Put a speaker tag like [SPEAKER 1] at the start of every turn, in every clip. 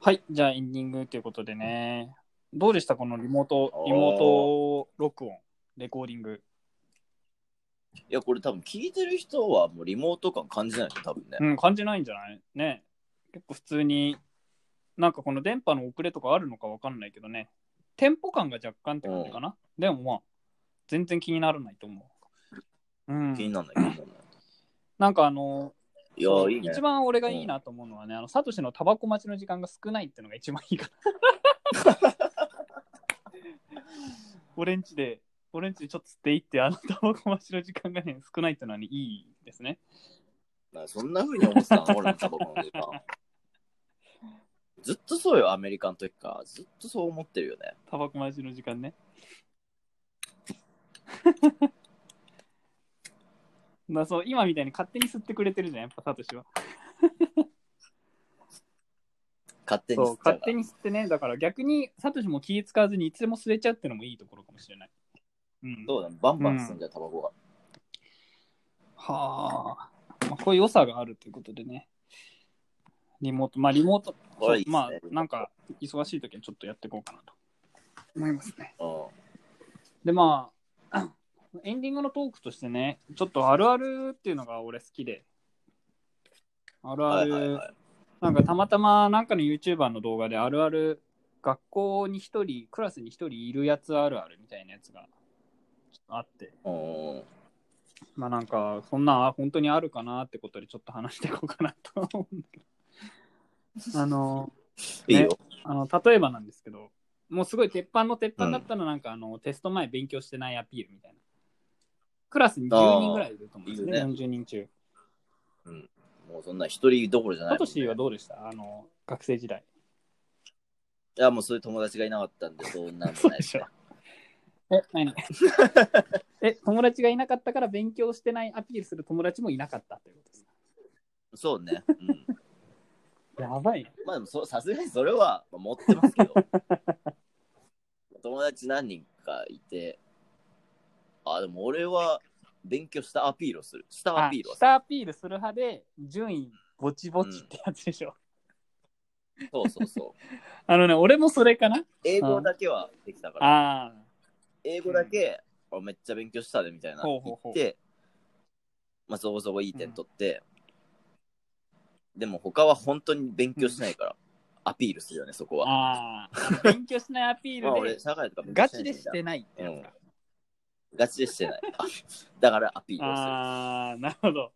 [SPEAKER 1] はい、じゃあエンディングということでね、どうでしたこのリモート、リモート録音、レコーディング。
[SPEAKER 2] いや、これ多分聞いてる人はもうリモート感感じないよ、多分ね。
[SPEAKER 1] うん、感じないんじゃないね。結構普通に、なんかこの電波の遅れとかあるのかわかんないけどね、テンポ感が若干って感じかな。でもまあ、全然気にならないと思う。うん
[SPEAKER 2] 気。にならないけどね。
[SPEAKER 1] なんかあの、
[SPEAKER 2] いや
[SPEAKER 1] そう
[SPEAKER 2] いいね
[SPEAKER 1] 一。番俺がいいなと思うのはね、あのサトシのタバコ待ちの時間が少ないってのが一番いいか な。俺んちで、俺んちでちょっと吸っていいって、あのタバコ待ちの時間がね、少ないってのはね、いいですね。
[SPEAKER 2] なそんな風に思ってたの、俺のタバコの時間。ずっとそうよ、アメリカの時から。ずっとそう思ってるよね。
[SPEAKER 1] タバコ待ちの時間ね。 だそう今みたいに勝手に吸ってくれてるじゃん、やっぱサトシは。
[SPEAKER 2] 勝手に
[SPEAKER 1] そう
[SPEAKER 2] 吸っ、ちゃう
[SPEAKER 1] 勝
[SPEAKER 2] か
[SPEAKER 1] 手
[SPEAKER 2] ら。
[SPEAKER 1] に吸ってね、だから逆にサトシも気使わずにいつでも吸えちゃうってのもいいところかもしれない。うん、
[SPEAKER 2] そうだね、バンバン吸んじゃう、タバコが。
[SPEAKER 1] はあ、まあ、こういう良さがあるということでね。リモート、まあリモート、
[SPEAKER 2] これいいっすね
[SPEAKER 1] まあなんか忙しい時はちょっとやっていこうかなと思いますね。
[SPEAKER 2] うん。
[SPEAKER 1] でまあ、 エンディングのトークとしてね、ちょっとあるあるっていうのが俺好きで、あるあ
[SPEAKER 2] はい
[SPEAKER 1] る、
[SPEAKER 2] はいはい。
[SPEAKER 1] なんかたまたまなんかの YouTuber の動画であるある学校に一人、クラスに一人いるやつあるあるみたいなやつがあって、
[SPEAKER 2] うん。
[SPEAKER 1] まあなんか、そんなん本当にあるかなってことでちょっと話していこうかなと思うんだけど。あの、
[SPEAKER 2] いいよ。
[SPEAKER 1] あの例えばなんですけど、もうすごい鉄板の鉄板だったらなんか、あのテスト前勉強してないアピールみたいな。クラスに10人ぐらいいると思うんですね、
[SPEAKER 2] あー
[SPEAKER 1] 40人中。
[SPEAKER 2] もうそんな一人どころじゃない
[SPEAKER 1] サ
[SPEAKER 2] も
[SPEAKER 1] ト
[SPEAKER 2] んね、
[SPEAKER 1] シーはどうでしたあの、学生時代。
[SPEAKER 2] いや、もうそういう友達がいなかったんで、そうなんも
[SPEAKER 1] そう
[SPEAKER 2] ない
[SPEAKER 1] でし
[SPEAKER 2] し
[SPEAKER 1] ょ。え、ないない。 え、友達がいなかったから勉強してないアピールする友達もいなかったということですか。
[SPEAKER 2] そうね。うん。
[SPEAKER 1] やばいね。
[SPEAKER 2] まあでもそ、さすがにそれはまあ持ってます けど。友達何人かいて、あ、でも俺は勉強したアピールをする。したア
[SPEAKER 1] あ
[SPEAKER 2] ピールはする
[SPEAKER 1] 下アピールする派で、順位ぼちぼちってやつでしょ。
[SPEAKER 2] そうそ うそう。
[SPEAKER 1] あのね、俺もそれかな
[SPEAKER 2] 英語だけはできたから、
[SPEAKER 1] あ
[SPEAKER 2] 英語だけ、あめっちゃ勉強したでみたいな
[SPEAKER 1] ほ
[SPEAKER 2] 言
[SPEAKER 1] うほうほう
[SPEAKER 2] って、まあそこそこいい点取って、でも他は本当に勉強しないから、アピールするよね、そこ
[SPEAKER 1] あ。
[SPEAKER 2] は。
[SPEAKER 1] ああ。勉強しないアピ
[SPEAKER 2] まあ
[SPEAKER 1] ール
[SPEAKER 2] 俺、
[SPEAKER 1] で、
[SPEAKER 2] 社会とか勉強
[SPEAKER 1] ガ
[SPEAKER 2] しな
[SPEAKER 1] チ
[SPEAKER 2] い
[SPEAKER 1] で
[SPEAKER 2] し
[SPEAKER 1] してないってやつか。
[SPEAKER 2] ガチでしてない。あだからアピールをする。
[SPEAKER 1] ああ、なるほど。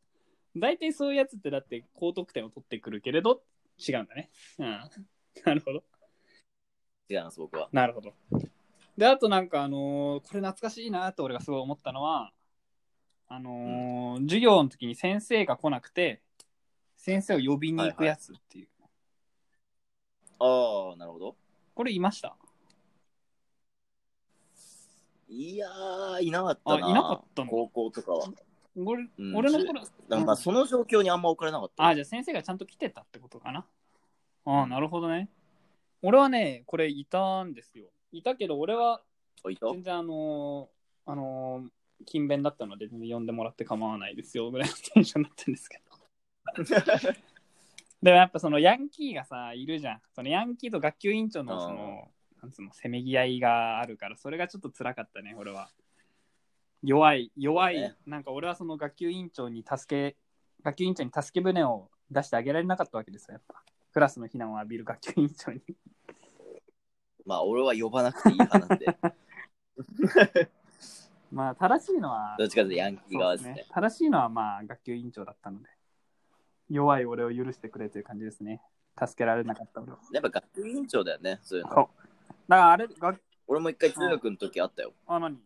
[SPEAKER 1] 大体そういうやつってだって高得点を取ってくるけれど、違うんだね。うん。なるほど。
[SPEAKER 2] 違います、僕は。
[SPEAKER 1] なるほど。で、あとなんか、あのーこれ懐かしいなと俺がすごい思ったのは、あのー授業の時に先生が来なくて、先生を呼びに行くやつっていう。
[SPEAKER 2] ああ、なるほど。
[SPEAKER 1] これいました
[SPEAKER 2] いやー、いなかったな。
[SPEAKER 1] あいなかったの
[SPEAKER 2] 高校とかは。
[SPEAKER 1] 俺,、
[SPEAKER 2] うん
[SPEAKER 1] 俺の頃、
[SPEAKER 2] なんかまあその状況にあんま置かれなかった。
[SPEAKER 1] ああ、じゃあ先生がちゃんと来てたってことかな。ああ、なるほどね。俺はね、これいたんですよ。いたけど、俺は
[SPEAKER 2] あ、いた
[SPEAKER 1] 全然あのーあのー勤勉だったので、全然呼んでもらって構わないですよ、ぐらいのテンションだったんですけど。でもやっぱそのヤンキーがさ、いるじゃん。そのヤンキーと学級委員長のその、なんつうの、せめぎ合いがあるから、それがちょっと辛かったね、俺は。弱い、弱い、
[SPEAKER 2] そうね
[SPEAKER 1] なんか俺はその学級委員長に助け、学級委員長に助け舟を出してあげられなかったわけですよ、やっぱ。クラスの非難を浴びる学級委員長に。
[SPEAKER 2] まあ、俺は呼ばなくていい派 なんで、
[SPEAKER 1] まあ、正しいのは
[SPEAKER 2] どっちかというとヤンキー側です
[SPEAKER 1] そう
[SPEAKER 2] ね。
[SPEAKER 1] 正しいのはまあ学級委員長だったので、弱い俺を許してくれという感じですね。助けられなかった俺は。
[SPEAKER 2] やっぱ学級委員長だよね、そういう
[SPEAKER 1] そう。
[SPEAKER 2] の。
[SPEAKER 1] だからあれ、学
[SPEAKER 2] 俺も一回中学の時あったよ。
[SPEAKER 1] あ何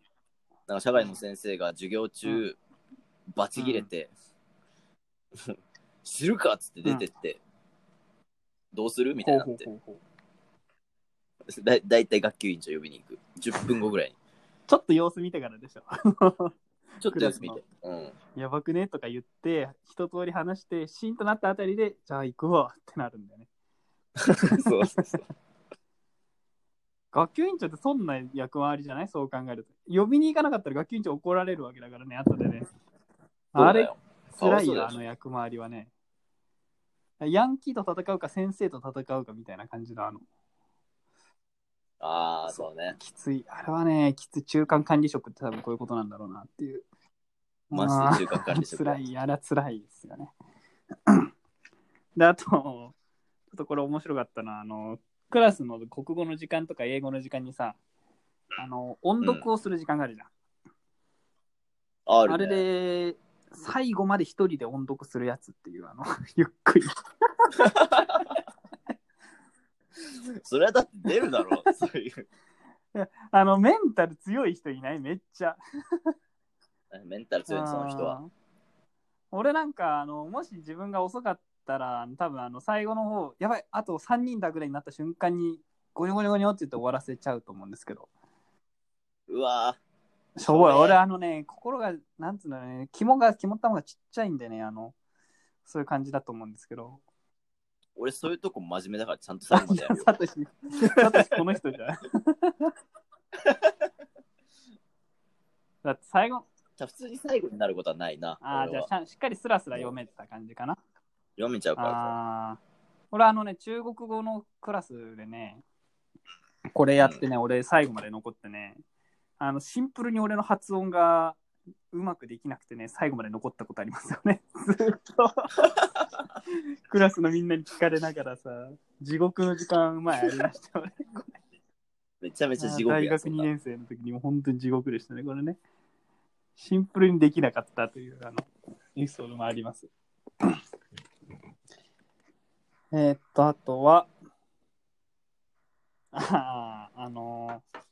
[SPEAKER 2] なんか社会の先生が授業中、
[SPEAKER 1] う
[SPEAKER 2] バチ切れて、 知るかっつって出てって、どうするみたいになって、
[SPEAKER 1] ほうほうほうほう
[SPEAKER 2] だだいたい学級委員長呼びに行く。10分後ぐらいに。
[SPEAKER 1] ちょっと様子見てからでしょ。
[SPEAKER 2] ちょっと休みで。うん。
[SPEAKER 1] やばくねとか言って、一通り話して、シーンとなったあたりで、じゃあ行くわってなるんだよね。
[SPEAKER 2] そうそうそう。
[SPEAKER 1] 学級委員長ってそんな役割じゃないそう考えると。呼びに行かなかったら学級委員長怒られるわけだからね、後でね。あれ、
[SPEAKER 2] そうだ
[SPEAKER 1] 辛
[SPEAKER 2] よ
[SPEAKER 1] い
[SPEAKER 2] そ
[SPEAKER 1] よ、
[SPEAKER 2] うだよ
[SPEAKER 1] あの役回りはね。ヤンキーと戦うか先生と戦うかみたいな感じのあの、
[SPEAKER 2] ああ、そうね。
[SPEAKER 1] きつい。あれはね、きつい。中間管理職って多分こういうことなんだろうなっていう。
[SPEAKER 2] マジで中間管理職。
[SPEAKER 1] 辛い、あれは辛いですよね。で、あと、ちょっとこれ面白かったのは、あの、クラスの国語の時間とか英語の時間にさ、あの、音読をする時間があるじゃん。
[SPEAKER 2] あ
[SPEAKER 1] あ
[SPEAKER 2] るね
[SPEAKER 1] れで、最後まで一人で音読するやつっていう、あの、 ゆっくり。
[SPEAKER 2] それはだって出るだろう、 そういう。
[SPEAKER 1] あの、メンタル強い人いないめっちゃ。
[SPEAKER 2] メンタル強いねその人は。
[SPEAKER 1] あー。俺なんか、あの、もし自分が遅かったら、多分あの、最後の方、やばい、あと3人だぐらいになった瞬間に、ゴニョゴニョゴニョって言って終わらせちゃうと思うんですけど。
[SPEAKER 2] うわ
[SPEAKER 1] しょぼい。
[SPEAKER 2] そうね
[SPEAKER 1] 俺、あのね、心が、なんつうのね、肝が、肝玉がちっちゃいんでね、あの、そういう感じだと思うんですけど。
[SPEAKER 2] ー俺そういうとこ真面目だからちゃんと最
[SPEAKER 1] サ
[SPEAKER 2] 後までやるよ。
[SPEAKER 1] トシ、サトシこの人じゃ ん。だって最後、
[SPEAKER 2] じゃあ普通に最後になることはないな。
[SPEAKER 1] ああ、じ
[SPEAKER 2] 俺
[SPEAKER 1] ゃ
[SPEAKER 2] は
[SPEAKER 1] あしゃしっかりスラスラ読めてた感じかな。
[SPEAKER 2] 読めちゃうから。
[SPEAKER 1] ああ。俺、あのね、中国語のクラスでね、これやってね、俺、最後まで残ってね、あの、シンプルに俺の発音がうまくできなくてね、最後まで残ったことありますよね。ずっ と。クラスのみんなに聞かれながらさ、地獄の時間前ありましたよね。
[SPEAKER 2] めちゃめちゃ地獄
[SPEAKER 1] 大
[SPEAKER 2] や
[SPEAKER 1] 学
[SPEAKER 2] そ
[SPEAKER 1] 2
[SPEAKER 2] んな
[SPEAKER 1] 年生の時にも本当に地獄でしたね、これね。シンプルにできなかったというあのエピソードもあります。 えーっと、あとは、あーあのー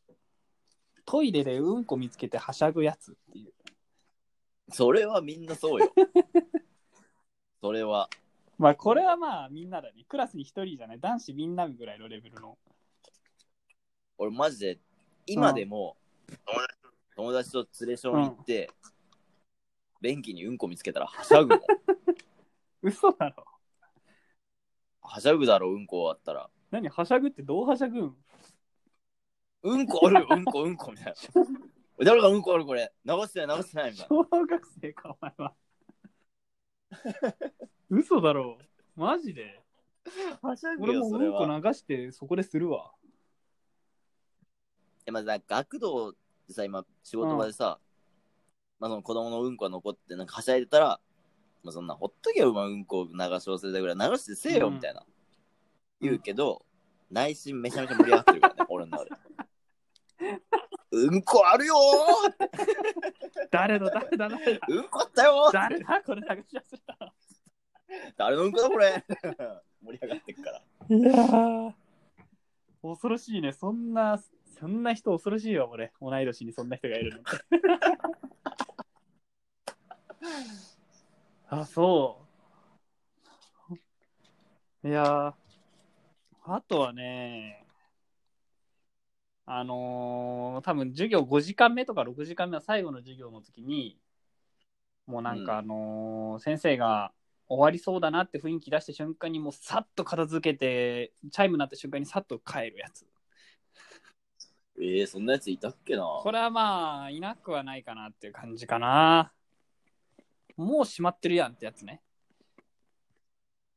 [SPEAKER 1] トイレでうんこ見つけてはしゃぐやつっていう。
[SPEAKER 2] それはみんなそう よ。それは。
[SPEAKER 1] まあ、これはまあみんなだね。クラスに一人じゃない。男子みんなぐらいのレベルの。
[SPEAKER 2] 俺マジで今でも友達と連れション行って、便器にうんこ見つけたらはしゃぐもん
[SPEAKER 1] 嘘だろ。
[SPEAKER 2] はしゃぐだろうんこ終わったら
[SPEAKER 1] 何はしゃぐってどうはしゃぐん
[SPEAKER 2] うんこあるうんこうんこみたいな誰がうんこあるこれ流してない流してないみたいな
[SPEAKER 1] 小学生か、お前は。嘘だろ。マジで。
[SPEAKER 2] はしゃぐ
[SPEAKER 1] 俺
[SPEAKER 2] よ
[SPEAKER 1] も
[SPEAKER 2] そうれ
[SPEAKER 1] んこ
[SPEAKER 2] は
[SPEAKER 1] 流してそこでするわ。
[SPEAKER 2] えまずなんか学童でさ今仕事場でさ、まあその子供のうんこが残ってなんかはしゃいでたらまあそんなほっとけよ、まあ、うんこ流し忘れたぐらい流してせえよみたいな、言うけど、内心めちゃめちゃ盛り上がってるからね俺の中でうんこあるよー
[SPEAKER 1] 誰だ、誰だ、誰だ。
[SPEAKER 2] うんこあったよー
[SPEAKER 1] 誰だ、これ流し忘れた。
[SPEAKER 2] 誰のうんこだこれ 盛り上がってくから
[SPEAKER 1] いやー。恐ろしいね。そんな、そんな人恐ろしいわ、俺。同い年にそんな人がいるの。あ、そう。いやー。あとはね、あのー多分授業5時間目とか6時間目は最後の授業の時に、もうなんかあのー先生が終わりそうだなって雰囲気出した瞬間にもうさっと片付けて、チャイム鳴った瞬間にさっと帰るやつ。
[SPEAKER 2] えー、そんなやついたっけな
[SPEAKER 1] これはまあ、いなくはないかなっていう感じかな。もう閉まってるやんってやつね。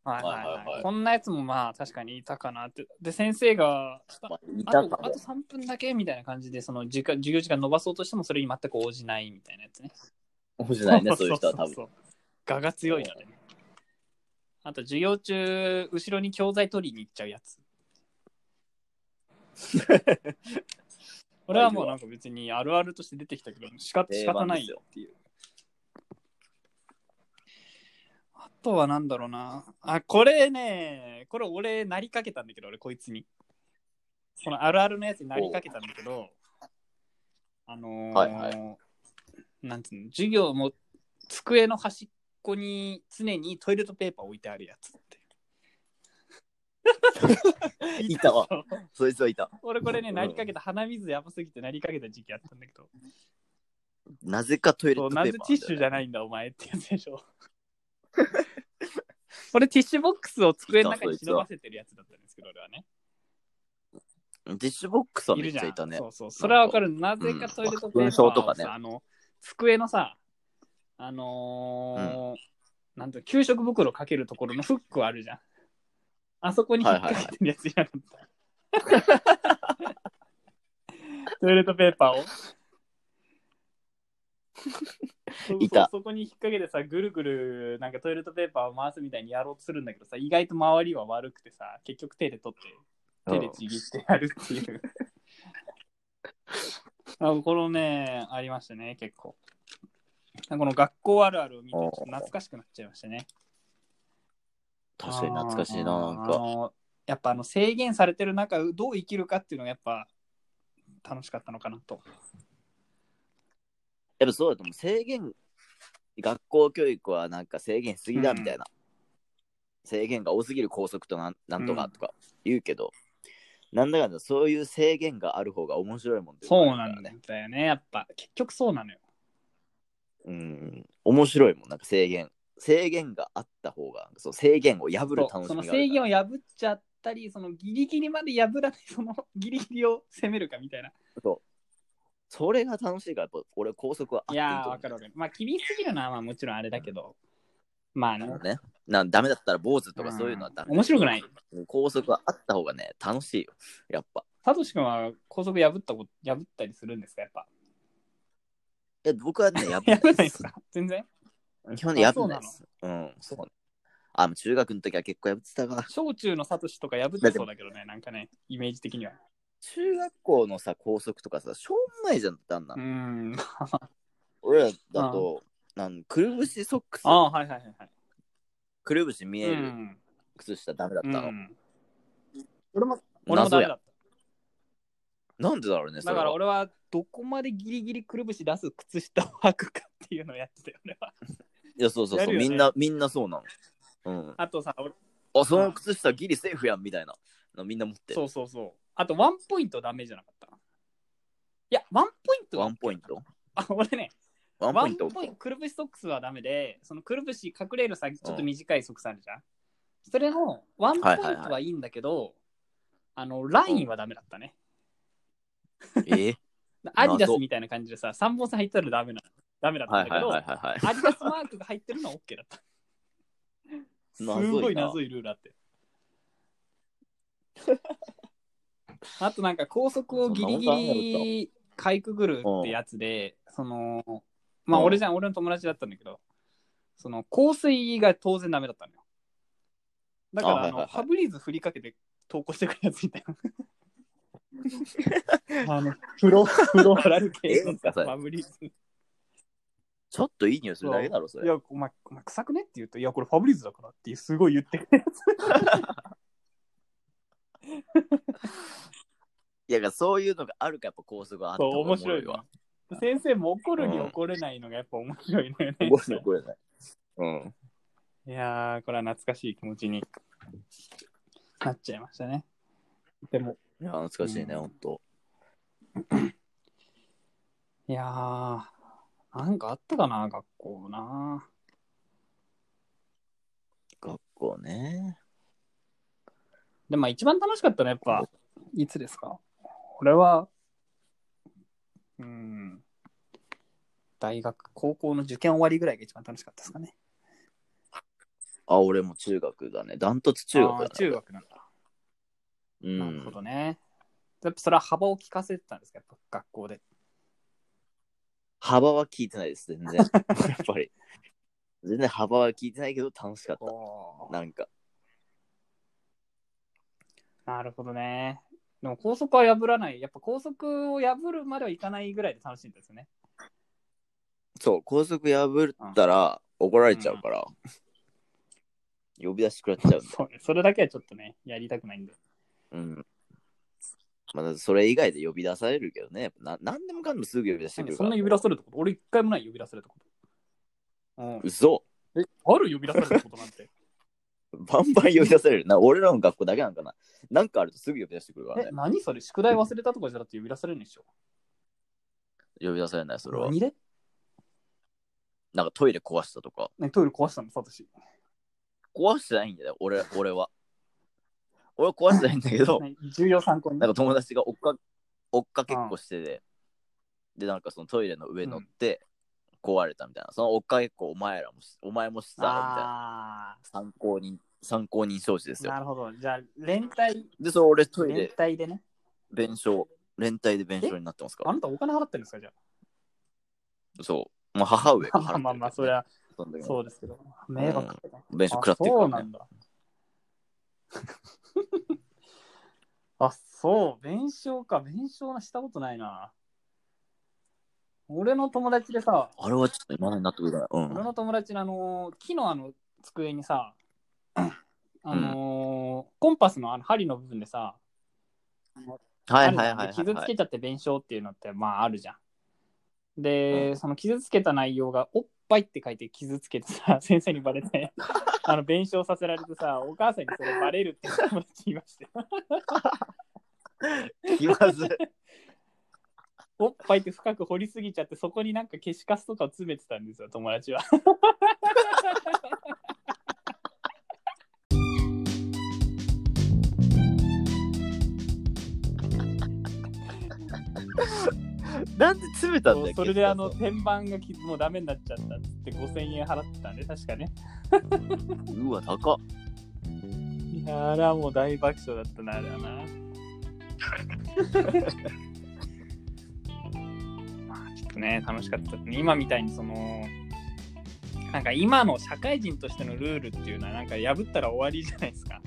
[SPEAKER 1] はいはい
[SPEAKER 2] はいはいは
[SPEAKER 1] はいい。こんなやつもまあ確かにいたかなって。で、先生が、
[SPEAKER 2] まあい
[SPEAKER 1] あ
[SPEAKER 2] たか
[SPEAKER 1] と
[SPEAKER 2] も
[SPEAKER 1] あと3分だけみたいな感じで、その時間授業時間伸ばそうとしてもそれに全く応じないみたいなやつね。
[SPEAKER 2] 面白いねそういう人は多分
[SPEAKER 1] そうそうそう我が強いのでね。あと、授業中、後ろに教材取りに行っちゃうや つ。これはもうなんか別にあるあるとして出てきたけど、仕方仕
[SPEAKER 2] 定
[SPEAKER 1] 方
[SPEAKER 2] 番
[SPEAKER 1] な
[SPEAKER 2] で
[SPEAKER 1] い
[SPEAKER 2] すよ
[SPEAKER 1] っていう。あとはなんだろうな。あ、これね、これ俺なりかけたんだけど、俺こいつに。そのあるあるのやつになりかけたんだけど、あのー
[SPEAKER 2] はいは
[SPEAKER 1] なんつうの、授業も机の端っこに常にトイレットペーパー置いてあるやつって。
[SPEAKER 2] いたわ。そいつはいた
[SPEAKER 1] 俺これね、
[SPEAKER 2] うん
[SPEAKER 1] なりかけた、鼻水やばすぎてなりかけた時期あったんだけど、
[SPEAKER 2] なぜかトイレッ
[SPEAKER 1] そ
[SPEAKER 2] ト
[SPEAKER 1] うなぜ
[SPEAKER 2] ペーパーなんだよね
[SPEAKER 1] ティッシュじゃないんだお前ってやつでし ょ。俺ティッシュボックスを机の中に忍ばせてるやつだったんですけど、俺はね。
[SPEAKER 2] ティッシュボックスはめ
[SPEAKER 1] る
[SPEAKER 2] っちゃいたね
[SPEAKER 1] そうそう。それはわかる。なぜかトイレットペーパーを
[SPEAKER 2] 文章
[SPEAKER 1] さ、
[SPEAKER 2] とかね
[SPEAKER 1] あの、机のさ、あのーなんと、給食袋かけるところのフックあるじゃん。あそこに引っ掛けてるやついなかった。トイレットペーパーを。そう
[SPEAKER 2] いた
[SPEAKER 1] そうそこに引っ掛けてさ、ぐるぐるなんかトイレットペーパーを回すみたいにやろうとするんだけどさ、意外と周りは悪くてさ、結局手で取って手でちぎってやるっていう。 あこのね、ありましたね、結構。この学校あるあるを見て、ちょっと懐かしくなっちゃいましたね。
[SPEAKER 2] 確かに懐かしいな、
[SPEAKER 1] あー
[SPEAKER 2] なん
[SPEAKER 1] あ
[SPEAKER 2] か。
[SPEAKER 1] のやっぱあの制限されてる中、どう生きるかっていうのがやっぱ楽しかったのかなと。
[SPEAKER 2] やっぱそうだと思う。制限、学校教育はなんか制限しすぎだみたいな。制限が多すぎる校則となんなんとかとか言うけど、なんだかんだそういう制限がある方が面白いもんってい
[SPEAKER 1] そう
[SPEAKER 2] のが
[SPEAKER 1] な
[SPEAKER 2] あるか
[SPEAKER 1] ん
[SPEAKER 2] ら
[SPEAKER 1] だ。よね、やっぱ。結局そうなのよ。
[SPEAKER 2] うん、面白いもん、なんか制限。制限があった方が、そう制限を破る楽しみがあ
[SPEAKER 1] そう
[SPEAKER 2] る
[SPEAKER 1] その
[SPEAKER 2] から
[SPEAKER 1] 制限を破っちゃったり、そのギリギリまで破らない、そのギリギリを攻めるかみたいな。
[SPEAKER 2] それが楽しいから、やっぱ俺、高速はあっ
[SPEAKER 1] い
[SPEAKER 2] ていいと
[SPEAKER 1] やー、
[SPEAKER 2] 思う
[SPEAKER 1] わかるわかる。まあ、厳しすぎるのはまあもちろんあれだけど、まあね、
[SPEAKER 2] ね。なんダメだったら坊主とかそういうのはダメ、
[SPEAKER 1] 面白くない。
[SPEAKER 2] 高速はあった方がね、楽しいよ。やっぱ。
[SPEAKER 1] サトシ君は高速破ったこと、破ったりするんですか、やっぱ。
[SPEAKER 2] いや僕 はね、やっぱ
[SPEAKER 1] 破らないですか全然
[SPEAKER 2] 基本でやぶないです。うん、そうね。あ、中学の時は結構やぶってたが、
[SPEAKER 1] 小中のサトシとか破ってそうだけどね、なんかね、イメージ的には。
[SPEAKER 2] 中学校のさ、校則とかさ、しょうもないじゃん、だんだ。
[SPEAKER 1] うん ん。
[SPEAKER 2] 俺らだと、なんくるぶしソックス
[SPEAKER 1] あ、あ、はいはいはいはい。
[SPEAKER 2] くるぶし見え
[SPEAKER 1] う
[SPEAKER 2] る
[SPEAKER 1] ん
[SPEAKER 2] 靴下ダメだったの。
[SPEAKER 1] うん俺も、俺も
[SPEAKER 2] 謎
[SPEAKER 1] ダメ
[SPEAKER 2] や
[SPEAKER 1] だっ
[SPEAKER 2] なんでだろうね、
[SPEAKER 1] た。
[SPEAKER 2] そ
[SPEAKER 1] だ
[SPEAKER 2] れは
[SPEAKER 1] から俺は、どこまでギリギリくるぶし出す靴下を履くかっていうのをやってたよ、俺 は。
[SPEAKER 2] いや、そうそう
[SPEAKER 1] や
[SPEAKER 2] そう、
[SPEAKER 1] るよね
[SPEAKER 2] みんな、みんなそうなの。うん。
[SPEAKER 1] あとさ、俺
[SPEAKER 2] あ、その靴下ギリセーフやん、みたいな。のみんな持って。
[SPEAKER 1] そうそうそう。あと、ワンポイントダメじゃなかった。いや、ワンポイント
[SPEAKER 2] ワンポイント
[SPEAKER 1] あ、俺ね、
[SPEAKER 2] ワン
[SPEAKER 1] ワ
[SPEAKER 2] ポイ
[SPEAKER 1] ン
[SPEAKER 2] ント
[SPEAKER 1] ポイント、くるぶしソックスはダメで、そのくるぶし隠れる先、ちょっと短いソックスあるじゃん。それのワンポイント
[SPEAKER 2] はいはいは
[SPEAKER 1] はいいんだけど、あの、ラインはダメだったね。
[SPEAKER 2] ええ
[SPEAKER 1] アディダスみたいな感じでさ、3本線入ったらダメなダメだった
[SPEAKER 2] は
[SPEAKER 1] ん
[SPEAKER 2] い
[SPEAKER 1] だけ
[SPEAKER 2] は
[SPEAKER 1] ど、
[SPEAKER 2] いはいはいはい。
[SPEAKER 1] アディダスマークが入ってるのは OK だった。す
[SPEAKER 2] 謎いな
[SPEAKER 1] ごい謎いルールあって。 あとなんか高速をギリギリかいくぐるってやつで、その、まあ
[SPEAKER 2] うん
[SPEAKER 1] 俺じゃん、俺の友達だったんだけど、その香水が当然ダメだったのよ。だか
[SPEAKER 2] あ
[SPEAKER 1] ら
[SPEAKER 2] は
[SPEAKER 1] あ
[SPEAKER 2] いはいは
[SPEAKER 1] の、
[SPEAKER 2] い
[SPEAKER 1] ハブリーズ振りかけて投稿してくるやつみた いな。あの、フロ、フローラル系の
[SPEAKER 2] ええんかそれ
[SPEAKER 1] ハブリーズ。
[SPEAKER 2] ちょっといい匂いするだけだろ、そ
[SPEAKER 1] い
[SPEAKER 2] れ。
[SPEAKER 1] や、お前、お前臭くねって言うと、いや、これファブリーズだからってすごい言ってくるやつ。
[SPEAKER 2] いや、そういうのがあるか、やっぱ高速があった
[SPEAKER 1] そう、
[SPEAKER 2] 方が
[SPEAKER 1] 面白いわ
[SPEAKER 2] わ。。
[SPEAKER 1] 先生も怒るに
[SPEAKER 2] うん
[SPEAKER 1] 怒れないのがやっぱ面白いのよね。
[SPEAKER 2] 面白い、これね。うん。
[SPEAKER 1] いやー、これは懐かしい気持ちになっちゃいましたね。でも、
[SPEAKER 2] いや、懐かしいね、
[SPEAKER 1] うん
[SPEAKER 2] ほんと。
[SPEAKER 1] いやー、なんかあったかな、学校な。
[SPEAKER 2] 学校ね。
[SPEAKER 1] でも、まあ一番楽しかったのはやっぱ、いつですか俺は、うん、大学、高校の受験終わりぐらいが一番楽しかったですかね。
[SPEAKER 2] あ、俺も中学だね。ダントツ中学だ
[SPEAKER 1] あ
[SPEAKER 2] ね
[SPEAKER 1] ー。中学なんだ。
[SPEAKER 2] う
[SPEAKER 1] なるほ
[SPEAKER 2] ん。
[SPEAKER 1] どね。やっぱそれは幅を利かせてたんですか、やっぱ学校で。
[SPEAKER 2] 幅は聞いてないです、全然。 やっぱり。全然幅は聞いてないけど、楽しかった。なんか。
[SPEAKER 1] なるほどね。でも高速は破らない。やっぱ高速を破るまではいかないぐらいで楽しいんですよね。
[SPEAKER 2] そう、高速破ったら怒られちゃうから、呼び出し食らっちゃう。
[SPEAKER 1] そうね。それだけはちょっとね、やりたくないんで。
[SPEAKER 2] うん。まあ、それ以外で呼び出されるけどね、な何でもかんでもすぐ呼び出してくるか
[SPEAKER 1] そん
[SPEAKER 2] ら。
[SPEAKER 1] な呼び出されたこと俺一回もない呼び出されたこと。うん。
[SPEAKER 2] 嘘
[SPEAKER 1] え、ある呼び出されたこと なんて。
[SPEAKER 2] バンバン呼び出される。な俺らの学校だけなんかな。なんかあるとすぐ呼び出してくるから
[SPEAKER 1] え
[SPEAKER 2] ね、。
[SPEAKER 1] 何それ宿題忘れたとかじゃなくて呼び出されるんでしょ
[SPEAKER 2] 呼び出されない、それは。
[SPEAKER 1] 何で
[SPEAKER 2] なんかトイレ壊したとか。
[SPEAKER 1] 何トイレ壊したのサトシ。
[SPEAKER 2] 壊してないんだよ、俺俺は。俺は壊してないんだけど、
[SPEAKER 1] 何重要参考に。
[SPEAKER 2] なんか友達が追っか追っかけっこしてて、で、なんかそのトイレの上乗って壊れたみたいな。その追っかけっこお前らもし、お前もしたみたいな。
[SPEAKER 1] あ
[SPEAKER 2] 参考人参考人招致ですよ
[SPEAKER 1] な。るほど。じゃあ、連帯、
[SPEAKER 2] で、それ俺トイ
[SPEAKER 1] 連
[SPEAKER 2] レ、
[SPEAKER 1] 帯でね。
[SPEAKER 2] 弁償、連帯で弁償になってますか
[SPEAKER 1] あなたお金払ってるんですかじゃ
[SPEAKER 2] ら。そう。まあ、母上
[SPEAKER 1] あ。
[SPEAKER 2] が払
[SPEAKER 1] まあ
[SPEAKER 2] ってる
[SPEAKER 1] まあまあ、そりゃ、
[SPEAKER 2] そんだけど
[SPEAKER 1] そうですけど。迷惑かけた。
[SPEAKER 2] 弁償食らってる
[SPEAKER 1] あそう
[SPEAKER 2] か
[SPEAKER 1] な
[SPEAKER 2] らね
[SPEAKER 1] んだ。あ、そう、弁償か。弁償なしたことないな。俺の友達でさ、
[SPEAKER 2] あれはちょっと今までになってくるから。う
[SPEAKER 1] 俺
[SPEAKER 2] ん。
[SPEAKER 1] の友達のあのー木のあの机にさ、
[SPEAKER 2] うん
[SPEAKER 1] あのーコンパスのあの針の部分でさ、
[SPEAKER 2] はいはいは
[SPEAKER 1] ある
[SPEAKER 2] いは
[SPEAKER 1] じゃん
[SPEAKER 2] い
[SPEAKER 1] 傷
[SPEAKER 2] は
[SPEAKER 1] つ
[SPEAKER 2] い。
[SPEAKER 1] けちゃって弁償っていうのってまああるじゃん。で、
[SPEAKER 2] うん
[SPEAKER 1] その傷つけた内容がおっぱいって書いて傷つけてさ、 先生にバレて、あの弁償させられてさ、お母さんにそれバレるって友達言いまして、
[SPEAKER 2] 気まずい。
[SPEAKER 1] おっぱいって深く掘りすぎちゃって、そこになんか消しカスとかを詰めてたんですよ、友達は。
[SPEAKER 2] なんで詰めたんだっけ
[SPEAKER 1] それであの天板が傷もうダメになっちゃったっつって5000円払ってたんで、確かね。
[SPEAKER 2] うわ、高っ。
[SPEAKER 1] いやあれはもう大爆笑だったな、あれはな。まあちょっとね、楽しかった。今みたいにその、なんか今の社会人としてのルールっていうのは、なんか破ったら終わりじゃないですか。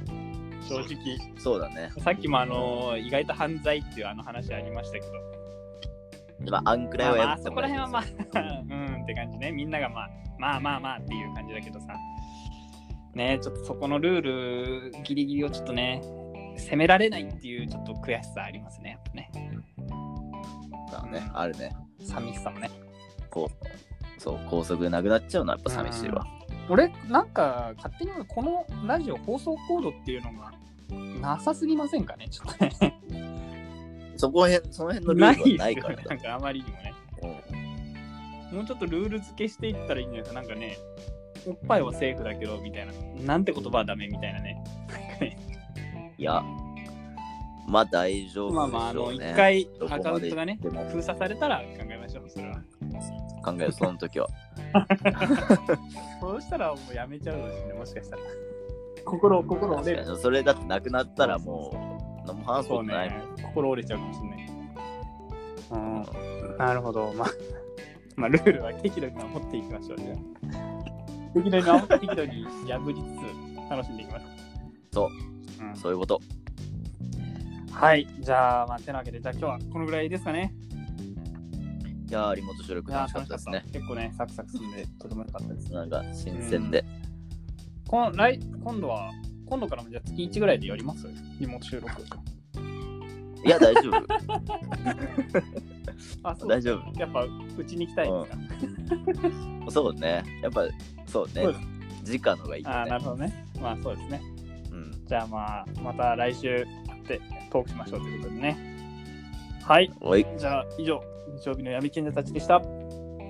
[SPEAKER 1] 正直。
[SPEAKER 2] そうだね。
[SPEAKER 1] さっきもあの、意外と犯罪っていうあの話ありましたけど。
[SPEAKER 2] まあ、あんくらい
[SPEAKER 1] ま
[SPEAKER 2] は
[SPEAKER 1] あま
[SPEAKER 2] や
[SPEAKER 1] あ
[SPEAKER 2] っ
[SPEAKER 1] そ
[SPEAKER 2] て
[SPEAKER 1] こ
[SPEAKER 2] も
[SPEAKER 1] ら
[SPEAKER 2] らえる
[SPEAKER 1] 辺はまあ、うんって感じね。みんながまあ、まあまあまあっていう感じだけどさ。ねちょっとそこのルールギリギリをちょっとね、責められないっていうちょっと悔しさありますね。やっぱね。
[SPEAKER 2] まあね、あるね。
[SPEAKER 1] 寂しさもね。
[SPEAKER 2] こう、そう、高速でなくなっちゃうのはやっぱ寂しいわ。
[SPEAKER 1] 俺、なんか勝手にこのラジオ放送コードっていうのがなさすぎませんかね。ちょっとね。
[SPEAKER 2] そこへん、その辺のルールはな
[SPEAKER 1] ないで
[SPEAKER 2] か
[SPEAKER 1] すよ
[SPEAKER 2] ら
[SPEAKER 1] な
[SPEAKER 2] ね
[SPEAKER 1] んかあまりにもね。
[SPEAKER 2] うん
[SPEAKER 1] もうちょっとルール付けしていったらいいんじゃないですか。なんかね、おっぱいはセーフだけど、みたいな。なんて言葉はダメみたいなね。
[SPEAKER 2] いや、まあ大丈夫でしょう、ね。
[SPEAKER 1] まあまあ、あの、一回
[SPEAKER 2] ど
[SPEAKER 1] ア
[SPEAKER 2] こ
[SPEAKER 1] カウ
[SPEAKER 2] ま
[SPEAKER 1] ン
[SPEAKER 2] で
[SPEAKER 1] トがね、
[SPEAKER 2] 行っても
[SPEAKER 1] 封鎖されたら考えましょう、それは。
[SPEAKER 2] 考える、その時は。
[SPEAKER 1] そうしたらもうやめちゃうかもしれない、もしかしたら。心、心折れる。
[SPEAKER 2] 確かにそれだってなくなったらもう、もう話す
[SPEAKER 1] そ
[SPEAKER 2] こと
[SPEAKER 1] う
[SPEAKER 2] ない
[SPEAKER 1] ね
[SPEAKER 2] もん。、
[SPEAKER 1] 心折れちゃうかもしれない。
[SPEAKER 2] うん
[SPEAKER 1] うん、なるほど。まあ、 まあ、ルールは適度に守っていきましょう、じゃあ適度に守って、適度に破りつつ、楽しんでいきましょう。
[SPEAKER 2] そう、
[SPEAKER 1] うん
[SPEAKER 2] そういうこと。
[SPEAKER 1] はい、じゃあ、まあ、てなわけで、じゃあ今日はこのぐらいですかね。
[SPEAKER 2] いやー、リモート収録
[SPEAKER 1] いやー
[SPEAKER 2] 楽しかったですね。
[SPEAKER 1] 結構ね、サクサク進んで、とても良かったです。
[SPEAKER 2] なんか新鮮で。
[SPEAKER 1] こん来今度は、今度からもじゃあ月1ぐらいでやりますリモート収録。
[SPEAKER 2] いや、大丈夫。
[SPEAKER 1] あ、そう
[SPEAKER 2] 大丈
[SPEAKER 1] やっぱ、うちに行きたいですか、
[SPEAKER 2] 夫。そうね。やっぱ、そうね
[SPEAKER 1] そうで。
[SPEAKER 2] 時間の方がいい
[SPEAKER 1] あ
[SPEAKER 2] よ
[SPEAKER 1] ーな
[SPEAKER 2] ね。
[SPEAKER 1] るほどね。まあそうですね。
[SPEAKER 2] うん。
[SPEAKER 1] じゃあまあ、また来週でトークしましょうということでね。はい、
[SPEAKER 2] おい、
[SPEAKER 1] じゃあ以上、日曜日の闇賢者たちでした。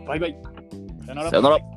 [SPEAKER 1] バイバイ。さよなら
[SPEAKER 2] さよなら。